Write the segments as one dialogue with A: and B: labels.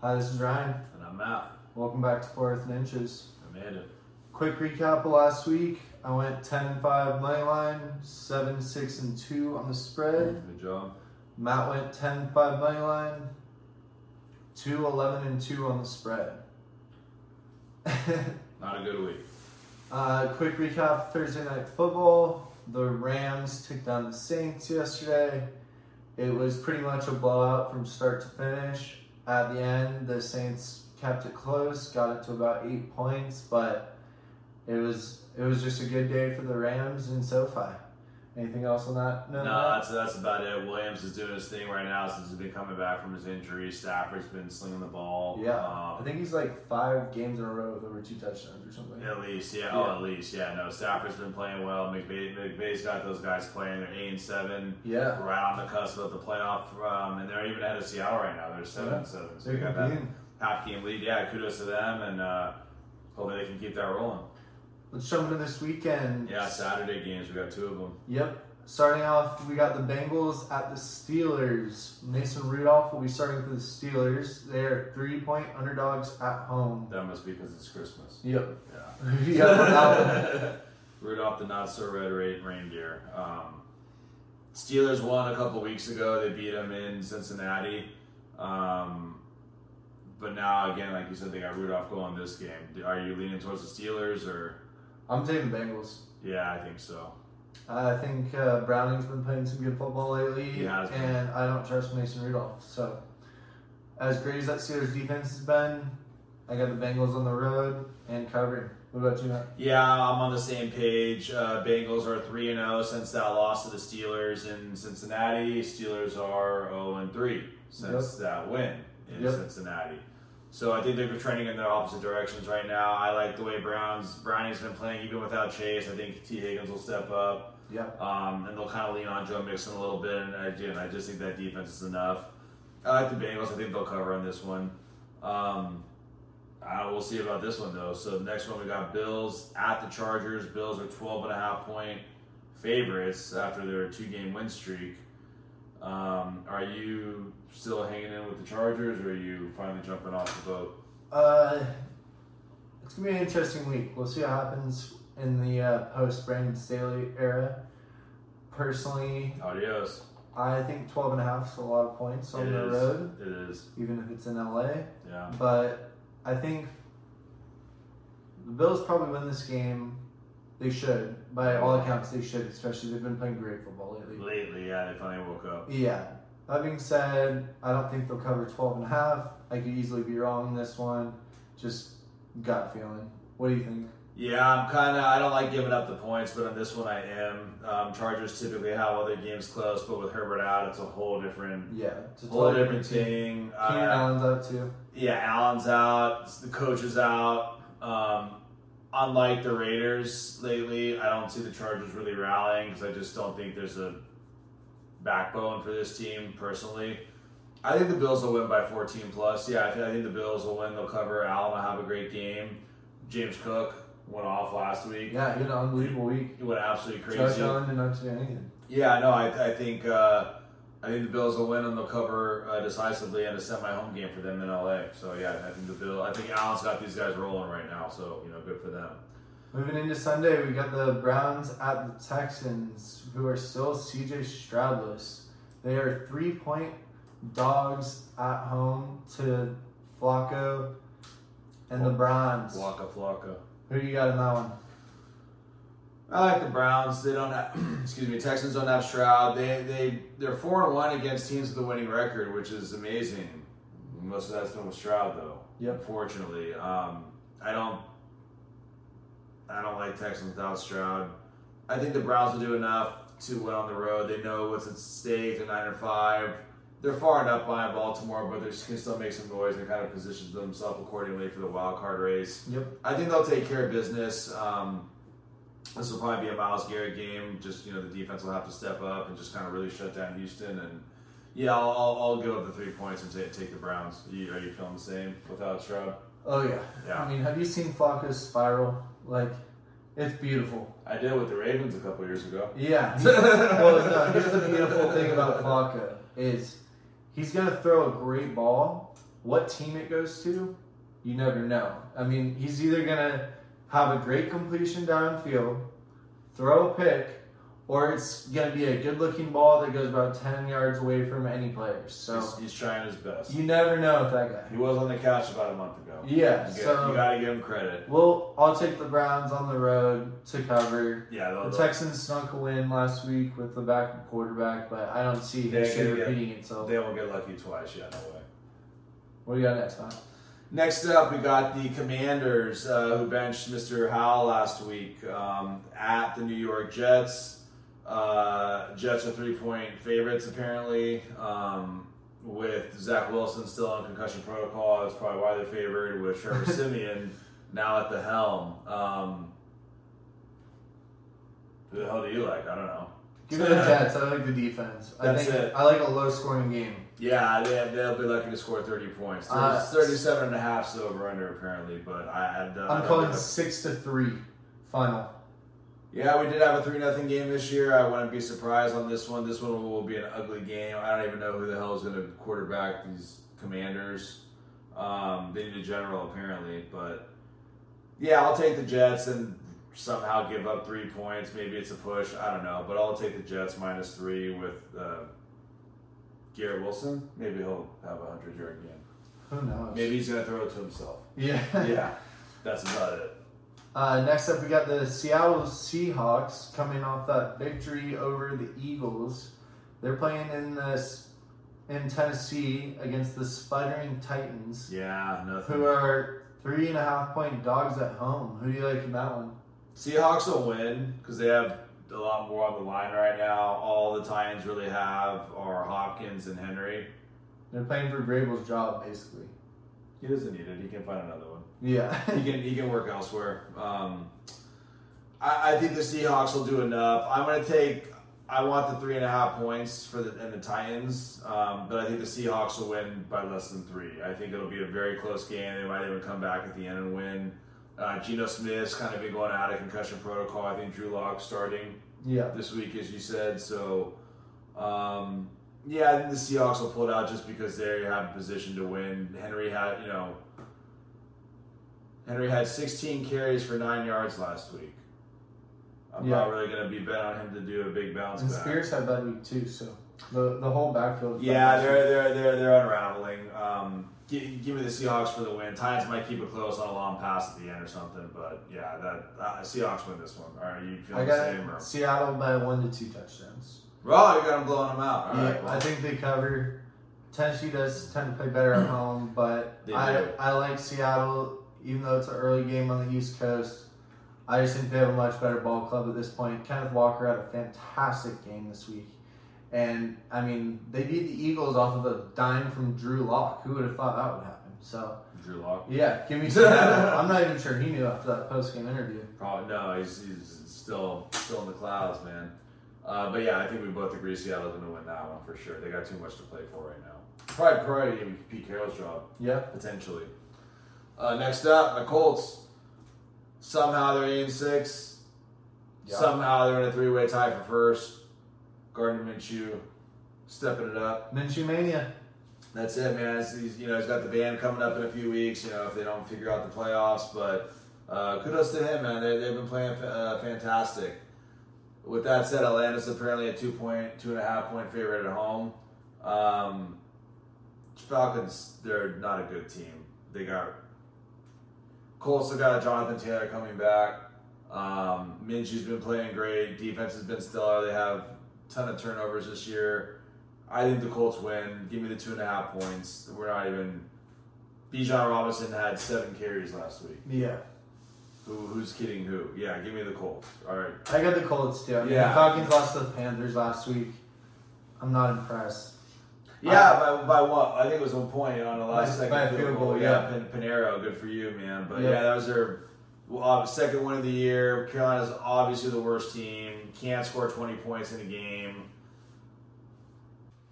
A: Hi, this is Ryan.
B: And I'm out.
A: Welcome back to Fourth and Inches.
B: I made it.
A: Quick recap of last week. I went 10 and 5 money line, 7 6 and 2 on the spread.
B: Good job.
A: Matt went 10 and 5 money line, 2 11 and 2 on the spread.
B: Not a good week.
A: uh, quick recap of Thursday night football. The Rams took down the Saints yesterday. It was pretty much a blowout from start to finish. At the end, the Saints kept it close, got it to about eight points, but it was it was just a good day for the Rams in SoFi. Anything else on that?
B: No,
A: note?
B: that's that's about it. Williams is doing his thing right now since he's been coming back from his injury. Stafford's been slinging the ball.
A: Yeah. I
B: Um,
A: think he's like five games in a row with over two touchdowns or something.
B: at least, yeah,
A: Yeah.
B: Oh, at least, yeah. No, Stafford's been playing well. McVay, McVay's got those guys playing. They're eight and seven,
A: Yeah.
B: right on the cusp of the playoff, um, and they're even ahead of Seattle right now. They're seven and seven. So
A: They're
B: we got that
A: competing.
B: half game lead. Yeah, kudos to them, and uh, hopefully they can keep that rolling.
A: Let's jump into this weekend.
B: Yeah, Saturday games. We got two of them.
A: Yep. Starting off, we got the Bengals at the Steelers. Mason Rudolph will be starting for the Steelers. They're three point underdogs at home.
B: That must be because it's Christmas.
A: Yep.
B: Yeah.
A: yeah, that one.
B: Rudolph the not so red ra- reindeer. Um, Steelers won a couple weeks ago. They beat them in Cincinnati. Um, but now, again, like you said, they got Rudolph going this game. Are you leaning towards the Steelers or?
A: I'm taking Bengals.
B: Yeah, I think so.
A: I think uh, Browning's been playing some good football lately,
B: He has been.
A: and I don't trust Mason Rudolph. So, as great as that Steelers defense has been, I got the Bengals on the road and covering. What about you, Matt?
B: Yeah, I'm on the same page. Uh, Bengals are 3 and 0 since that loss to the Steelers in Cincinnati. Steelers are 0 and 3 since that win in
A: Yep.
B: Cincinnati. So I think they're trending in their opposite directions right now. I like the way Browns Browning's been playing even without Chase. I think T Higgins will step up,
A: Yeah.
B: um, and they'll kind of lean on Joe Mixon a little bit. And I, again, I just think that defense is enough. I like the Bengals. I think they'll cover on this one. Um, uh, we'll see about this one though. So the next one we got Bills at the Chargers. Bills are 12 and a half point favorites after their two game win streak. Um, are you still hanging in with the Chargers or are you finally jumping off the boat?
A: Uh, it's gonna be an interesting week. We'll see what happens in the uh, post Brandon Staley era. Personally,
B: Adios.
A: I think 12 and a half is a lot of points on
B: It
A: the
B: is.
A: road,
B: It is.
A: even if it's in LA.
B: Yeah.
A: But I think the Bills probably win this game. They should. By all accounts, they should, especially they've been playing great football lately.
B: Lately, yeah, they finally woke up.
A: Yeah. That being said, I don't think they'll cover 12 and a half. I could easily be wrong in this one. Just gut feeling. What do you think?
B: Yeah, I'm kind of. I don't like giving up the points, but on this one I am. Um, Chargers typically have other games close, but with Herbert out, it's a whole different,
A: Yeah, it's a
B: whole
A: totally
B: different
A: different team.
B: thing.
A: Keenan
B: Uh,
A: Allen's out too.
B: Yeah, Allen's out. The coach is out. Um, unlike the Raiders lately, I don't see the Chargers really rallying because I just don't think there's a backbone for this team personally. I think the Bills will win by 14 plus. Yeah, I think, I think the Bills will win. They'll cover. Allen will have a great game. James Cook went off last week.
A: Yeah, he had an unbelievable week.
B: He went absolutely crazy.
A: Josh Allen did not do anything.
B: Yeah, no, I, I think uh, I think the Bills will win and they'll cover uh, decisively in a semi-home game for them in LA. So yeah, I think the Bill. I think Allen's got these guys rolling right now. So you know, good for them.
A: Moving into Sunday, we got the Browns at the Texans, who are still CJ Stroudless. They are three point dogs at home to Flacco and the Browns.
B: Waka flocka.
A: Who do you got in that one?
B: I like the Browns. They don't have, excuse me, Texans don't have Stroud. They they they're four and one against teams with a winning record, which is amazing. Most of that's done with Stroud though.
A: Yep.
B: Fortunately, um, I don't I don't like Texans without Stroud. I think the Browns will do enough to win on the road. They know what's at stake. They're nine and five. They're far enough behind Baltimore, but they can still make some noise and kind of position themselves accordingly for the wild card race.
A: Yep.
B: I think they'll take care of business. Um, this will probably be a Miles Garrett game. Just you know, the defense will have to step up and just kind of really shut down Houston. And yeah, I'll, I'll, I'll give up the three points and take take the Browns. Are you, are you feeling the same without Stroud?
A: Oh, yeah. I
B: Yeah,
A: mean, have you seen Flacco's spiral? Like, it's beautiful.
B: I did with the Ravens a couple years ago.
A: Yeah. well, no, here's the beautiful thing about Flacco is he's gonna throw a great ball, what team it goes to, you never know. I mean, he's either gonna have a great completion downfield, throw a pick, or it's gonna be a good-looking ball that goes about ten yards away from any player. So
B: He's, he's trying his best.
A: you never know with that guy.
B: He was on the couch about a month ago.
A: Yeah.
B: You, get-
A: so
B: you gotta give him credit.
A: well, I'll take the Browns on the road to cover.
B: Yeah, they'll,
A: The
B: they'll,
A: Texans snuck a win last week with the backup quarterback, but I don't see
B: They're
A: history
B: gonna get-
A: repeating itself.
B: they won't get lucky twice. Yeah, no way.
A: What do you got next time?
B: Next up, we got the Commanders, uh, who benched Mr. Howell last week um, at the New York Jets. Uh, Jets are three point favorites, apparently, um, with Zach Wilson still on concussion protocol. That's probably why they're favored, with Trevor Simeon now at the helm. Um, who the hell do you like? I don't know.
A: Give it the Jets. I like the defense. I
B: That's
A: think
B: it.
A: I like a low scoring game.
B: Yeah, they, they'll be lucky to score 30 points.
A: Uh,
B: 37 and a half is over under, apparently, but I, uh, I, I
A: I'm calling six to three final.
B: Yeah, we did have a three nothing game this year. I wouldn't be surprised on this one. This one will be an ugly game. I don't even know who the hell is going to quarterback these Commanders. Um, they need a general apparently, but yeah, I'll take the Jets and somehow give up three points. Maybe it's a push. I don't know, but I'll take the Jets minus three with uh, Garrett Wilson. Maybe he'll have a hundred yard game.
A: Who knows?
B: Maybe he's going to throw it to himself.
A: Yeah.
B: Yeah, that's about it.
A: Uh, next up, we got the Seattle Seahawks coming off that victory over the Eagles. They're playing in this in Tennessee against the sputtering Titans,
B: Yeah, nothing.
A: who are three and a half point dogs at home. Who do you like in that one?
B: Seahawks will win because they have a lot more on the line right now. All the Titans really have are Hopkins and Henry.
A: They're playing for Vrabel's job, basically.
B: He doesn't need it. He can find another one.
A: Yeah.
B: He can he can work elsewhere. Um, I, I think the Seahawks will do enough. I'm going to take. I want the three and a half points for the and the Titans, um, but I think the Seahawks will win by less than three. I think it'll be a very close game. They might even come back at the end and win. Uh, Geno Smith's kind of been going out of concussion protocol. I think Drew Lock starting.
A: yeah.
B: this week, as you said. So, um, yeah, I think the Seahawks will pull it out just because they have a position to win. Henry had, you know, Henry had 16 carries for nine yards last week. I'm not
A: Yeah.
B: really going to be bet on him to do a big bounce
A: And
B: back.
A: Spears had that week too, so the the whole backfield.
B: Yeah, they're they're they're they're unraveling. Um, give, give me the Seahawks for the win. Titans might keep it close on a long pass at the end or something, but yeah, that uh, Seahawks win this one. All right, you feel
A: I
B: the same? Or...
A: got Seattle by one to two touchdowns.
B: Well, you got them blowing them out. All right,
A: yeah,
B: well.
A: I think they cover. Tennessee does tend to play better at home, but
B: They
A: I
B: do.
A: I like Seattle, even though it's an early game on the East Coast. I just think they have a much better ball club at this point. Kenneth Walker had a fantastic game this week. And I mean, they beat the Eagles off of a dime from Drew Lock. Who would have thought that would happen? So
B: Drew Lock.
A: Yeah, give me. Some, I'm not even sure he knew after that post game interview.
B: Probably Oh, no. He's, he's still still in the clouds, man. Uh, but yeah, I think we both agree Seattle's going to win that one for sure. They got too much to play for right now. Probably probably even Pete Carroll's job
A: Yep.
B: potentially. Uh, next up, the Colts. Somehow they're eight and six.
A: Yeah.
B: Somehow they're in a three way tie for first. Gardner Minshew stepping it up.
A: Minshew mania.
B: That's it, man. It's- he's, you know, he's got the band coming up in a few weeks. You know, if they don't figure out the playoffs, but uh, kudos to him, man. They, they've been playing fa- uh, fantastic. With that said, Atlanta's apparently a two point, two and a half point favorite at home. Um, Falcons, they're not a good team. They got Colts have got Jonathan Taylor coming back. Um, Minshew's been playing great. Defense has been stellar. They have a ton of turnovers this year. I think the Colts win. Give me the two and a half points. We're not even. Bijan Robinson had seven carries last week.
A: Yeah,
B: Who, who's kidding who? Yeah, give me the Colts. All right.
A: I got the Colts too. I mean,
B: Yeah.
A: The Falcons lost to the Panthers last week. I'm not impressed.
B: Yeah, by, by what? I think it was one point on the last
A: By-
B: second
A: by a field goal,
B: Yeah, Pan- Panero, good for you, man. But
A: Yeah.
B: yeah, that was their well, uh, second win of the year. Carolina's obviously the worst team. Can't score twenty points in a game.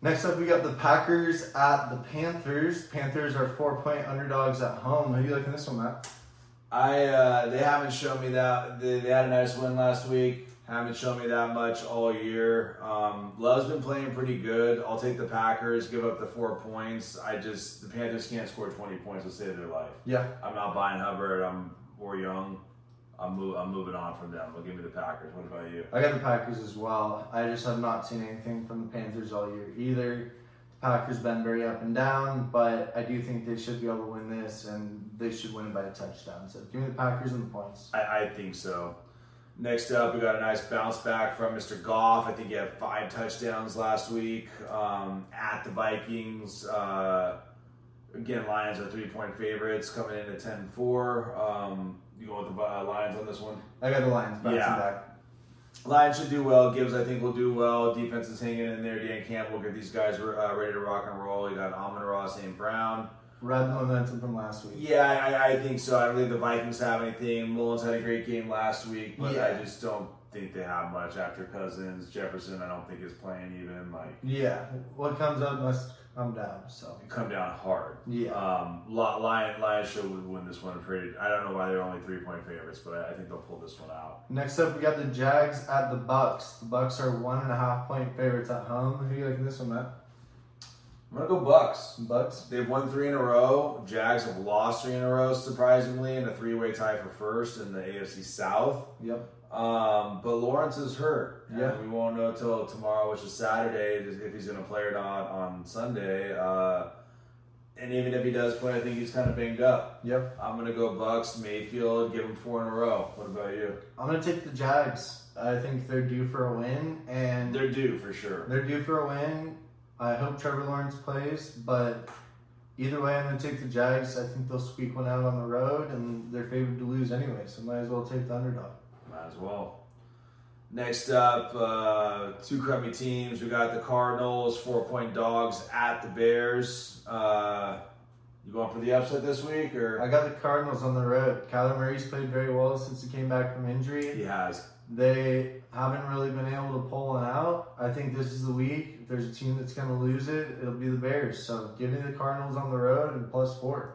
A: Next up, we got the Packers at the Panthers. Panthers are four point underdogs at home. Who you liking this one, Matt?
B: I uh, they haven't shown me that they, they had a nice win last week. Haven't shown me that much all year. Um, Love's been playing pretty good. I'll take the Packers, give up the four points. I just the Panthers can't score twenty points to save their life.
A: Yeah.
B: I'm not buying Hubbard. I'm or Young. I'm move, I'm moving on from them. But give me the Packers. What about you?
A: I got the Packers as well. I just have not seen anything from the Panthers all year either. The Packers been very up and down, but I do think they should be able to win this, and they should win it by a touchdown. So give me the Packers and the points.
B: I, I think so. Next up, we got a nice bounce back from Mr. Goff. I think he had five touchdowns last week um, at the Vikings. Uh, again, Lions are three point favorites coming in at 10 4. Um, you go with the uh, Lions on this one?
A: I got the Lions bouncing
B: Yeah.
A: back.
B: Lions should do well. Gibbs, I think, will do well. Defense is hanging in there. Dan Campbell get these guys uh, ready to rock and roll. You got Amon Ross and Brown.
A: Ride the momentum from last week.
B: Yeah, I, I think so. I don't think the Vikings have anything. Mullins had a great game last week, but
A: Yeah.
B: I just don't think they have much after Cousins. Jefferson, I don't think is playing even. Like,
A: Yeah, what comes up must come down. So
B: it come down hard.
A: yeah,
B: Um, Li- Lion Lions should would win this one. Pretty. I don't know why they're only three point favorites, but I, I think they'll pull this one out.
A: Next up, we got the Jags at the Bucks. The Bucks are one and a half point favorites at home. Who you liking this one, Matt?
B: I'm gonna go Bucks.
A: Bucks.
B: They've won three in a row. Jags have lost three in a row, surprisingly, in a three way tie for first in the AFC South.
A: Yep.
B: Um, but Lawrence is hurt.
A: Yeah.
B: And we won't know till tomorrow, which is Saturday, if he's going to play or not on Sunday. Uh, and even if he does play, I think he's kind of banged up.
A: Yep.
B: I'm going to go Bucks, Mayfield, give him four in a row. What about you?
A: I'm gonna take the Jags. I think they're due for a win, and
B: They're due for sure.
A: They're due for a win. I hope Trevor Lawrence plays, but either way, I'm going to take the Jags. I think they'll squeak one out on the road, and they're favored to lose anyway, so might as well take the underdog.
B: Might as well. Next up, uh, two crummy teams. We got the Cardinals, four point dogs at the Bears. Uh, you going for the upset this week,
A: I
B: or
A: got the Cardinals on the road. Kyler Murray's played very well since he came back from injury.
B: he has
A: They haven't really been able to pull one out. I think this is the week. If there's a team that's going to lose it, it'll be the Bears. So give me the Cardinals on the road and plus four.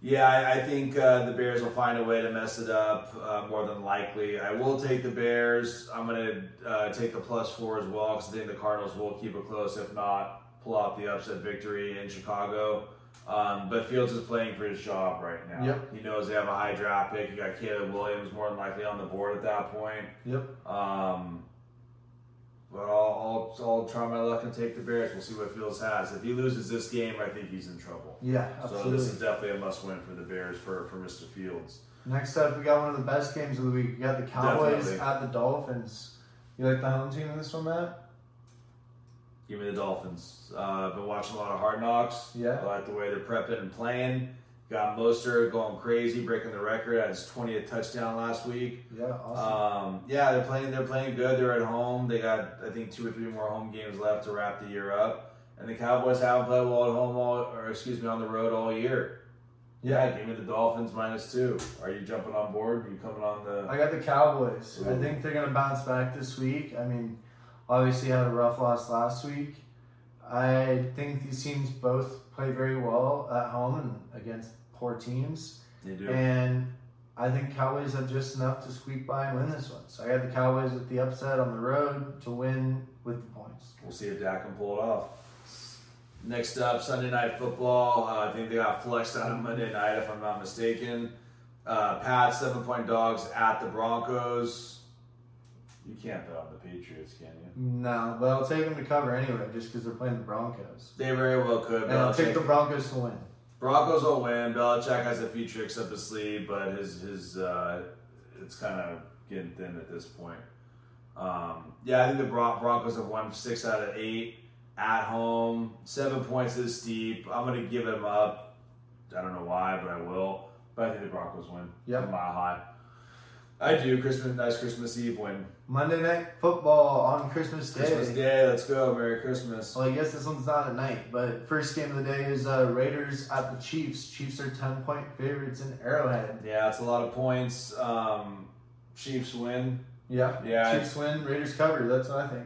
B: Yeah, I, I think uh, the Bears will find a way to mess it up uh, more than likely. I will take the Bears. I'm going to uh, take the plus four as well because I think the Cardinals will keep it close, if not pull out the upset victory in Chicago. Um, but Fields is playing for his job right now.
A: Yep.
B: He knows they have a high draft pick. You got Caleb Williams more than likely on the board at that point.
A: Yep.
B: Um, but I'll, I'll, I'll try my luck and take the Bears. We'll see what Fields has. If he loses this game, I think he's in trouble.
A: Yeah,
B: So
A: absolutely.
B: this is definitely a must win for the Bears for, for Mr. Fields.
A: Next up, we got one of the best games of the week. We got the Cowboys
B: Definitely.
A: at the Dolphins. You like the home team in this one, Matt?
B: Give me the Dolphins. Uh, I've been watching a lot of Hard Knocks.
A: Yeah.
B: I like the way they're prepping and playing. Got Mostert going crazy, breaking the record at his 20th touchdown last week.
A: Yeah, awesome.
B: Um, yeah, they're playing. They're playing good. They're at home. They got I think two or three more home games left to wrap the year up. And the Cowboys haven't played well at home all, or excuse me, on the road all year.
A: yeah,
B: Yeah, give me the Dolphins minus two. Are you jumping on board? Are you coming on the?
A: I got the Cowboys. I
B: Ooh.
A: think they're gonna bounce back this week. I mean, obviously had a rough loss last week. I think these teams both play very well at home and against poor teams,
B: you do.
A: and I think Cowboys have just enough to squeak by and win this one. So I got the Cowboys with the upset on the road to win with the points.
B: We'll see if Dak can pull it off. Next up, Sunday Night Football. Uh, I think they got flexed out on Monday night, if I'm not mistaken. Uh, Pats, seven point dogs at the Broncos. You can't bet on the Patriots, can you?
A: No, but I'll take them to cover anyway, just because they're playing the Broncos.
B: They very well could.
A: And I'll take the
B: Belichick.
A: Broncos to win.
B: Broncos will win. Belichick has a few tricks up his sleeve, but his his uh, it's kind of getting thin at this point. Um, yeah, I think the Bron- Broncos have won six out of eight at home. Seven points is steep. I'm gonna give them up. I don't know why, but I will. But I think the Broncos win.
A: Yep.
B: mile high. I do. Christmas, nice Christmas Eve win.
A: Monday night football on Christmas Day.
B: Christmas Day, let's go. Merry Christmas.
A: Well, I guess this one's not at night, but first game of the day is uh, Raiders at the Chiefs. Chiefs are 10 point favorites in Arrowhead.
B: Yeah, it's a lot of points. Um, Chiefs win.
A: Yeah.
B: Yeah,
A: Chiefs win, Raiders cover. That's what I think.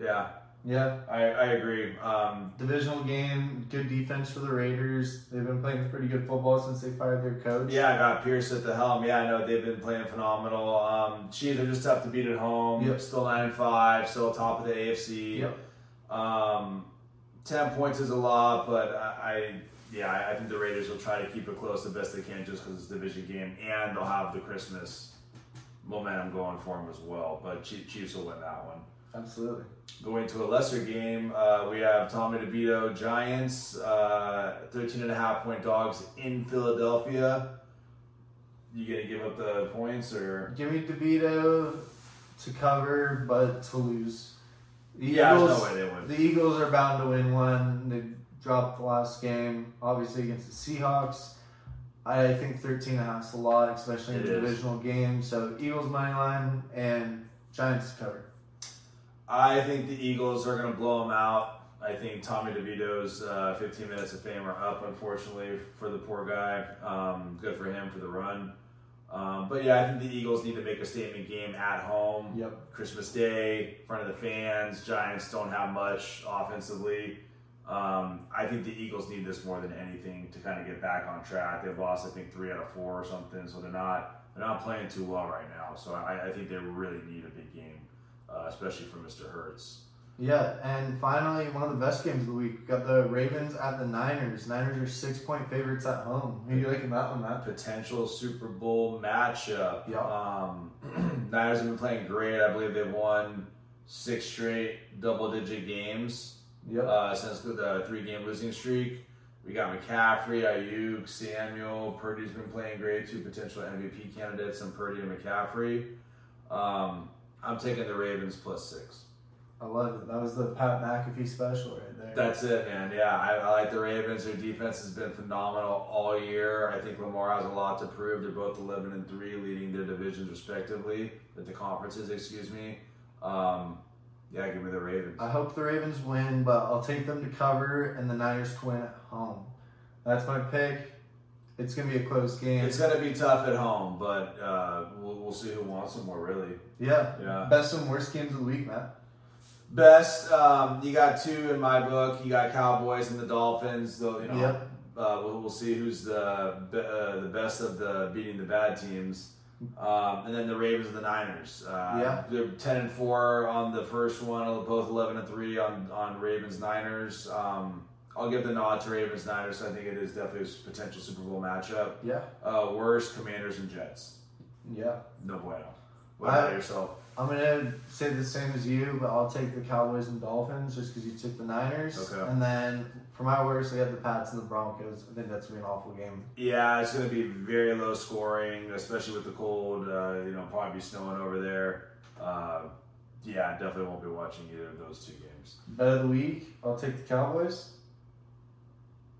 B: Yeah,
A: Yeah,
B: I, I agree. Um,
A: divisional game, good defense for the Raiders. They've been playing pretty good football since they fired their coach.
B: yeah, I got Pierce at the helm. Yeah, I know they've been playing phenomenal. Um, Chiefs are just tough to beat at home.
A: Yep.
B: Still nine and five. Still top of the AFC.
A: Yep.
B: Um, ten points is a lot, but I, I yeah, I, I think the Raiders will try to keep it close the best they can, just because it's a division game, and they'll have the Christmas momentum going for them as well. But Chie- Chiefs will win that one.
A: Absolutely.
B: Going to a lesser game, uh, we have Tommy DeVito Giants, uh, 13 and a half point dogs in Philadelphia. You gonna give up the points or?
A: Give me DeVito to cover, but to lose. The
B: Yeah, there's
A: Eagles-
B: no way they win.
A: The Eagles are bound to win one. They dropped the last game, obviously against the Seahawks. I think 13 and a half is a lot, especially in
B: It
A: a
B: is.
A: divisional game. So Eagles money line and Giants cover.
B: I think the Eagles are gonna blow them out. I think Tommy DeVito's uh, 15 minutes of fame are up, unfortunately, for the poor guy. Um, good for him for the run. Um, but yeah, I think the Eagles need to make a statement game at home.
A: Yep.
B: Christmas Day, in front of the fans. Giants don't have much offensively. Um, I think the Eagles need this more than anything to kind of get back on track. They've lost, I think, three out of four or something, so they're not they're not playing too well right now. So I, I think they really need a big game, uh, especially for Mr. Hertz.
A: Yeah, and finally, one of the best games of the week. Got the Ravens at the Niners. Niners are six point favorites at home. Who you liking that one, Matt?
B: potential Super Bowl matchup.
A: Yeah.
B: Um, Niners have been playing great. I believe they've won six straight double-digit games.
A: Yep.
B: uh, since the- the three-game losing streak. We got McCaffrey, Ayuk, Samuel. Purdy's been playing great. Two potential MVP candidates, and Purdy and McCaffrey. Um, I'm taking the Ravens plus six.
A: I love it. That was the Pat McAfee special right there.
B: That's it, man. Yeah, I, I like the Ravens. Their defense has been phenomenal all year. I think Lamar has a lot to prove. They're both 11 and three, leading their divisions respectively, at the conferences, excuse me. Um, yeah, give me the Ravens.
A: I hope the Ravens win, but I'll take them to cover and the Niners to win at home. That's my pick. It's gonna be a close game.
B: It's gonna be tough at home, but uh, we'll, we'll see who wants them more. Really,
A: yeah.
B: yeah.
A: Best and worst games of the week, Matt.
B: Best, um, you got two in my book. You got Cowboys and the Dolphins. Though you know,
A: Yep.
B: uh, we'll, we'll see who's the be- uh, the best of the beating the bad teams, um, and then the Ravens and the Niners. Uh,
A: Yeah.
B: they're ten and four on the first one. Both eleven and three on on Ravens Niners. Um, I'll give the nod to Ravens Niners. I think it is definitely a potential Super Bowl matchup.
A: Yeah.
B: Uh, worst Commanders and Jets.
A: Yeah.
B: No bueno. What about
A: I-
B: yourself?
A: I'm gonna say the same as you, but I'll take the Cowboys and Dolphins just because you took the Niners.
B: Okay.
A: And then for my worst, I got the Pats and the Broncos. I think that's gonna be an awful game.
B: Yeah, it's going to be very low scoring, especially with the cold. Uh, you know, probably be snowing over there. Uh, yeah, I definitely won't be watching either of those two games.
A: Bet of the week, I'll take the Cowboys.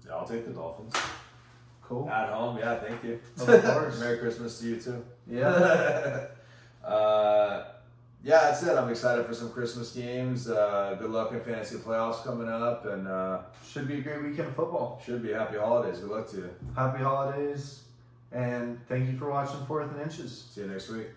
B: Yeah, I'll take the Dolphins
A: Cool.
B: at home. Yeah, thank you.
A: Of course.
B: Merry Christmas to you too.
A: Yeah.
B: uh, yeah, that's it. I'm excited for some Christmas games. Uh, good luck in fantasy playoffs coming up, and uh,
A: Should be a great weekend of football.
B: should be happy holidays. Good luck to you.
A: Happy holidays, and thank you for watching Fourth and Inches.
B: See you next week.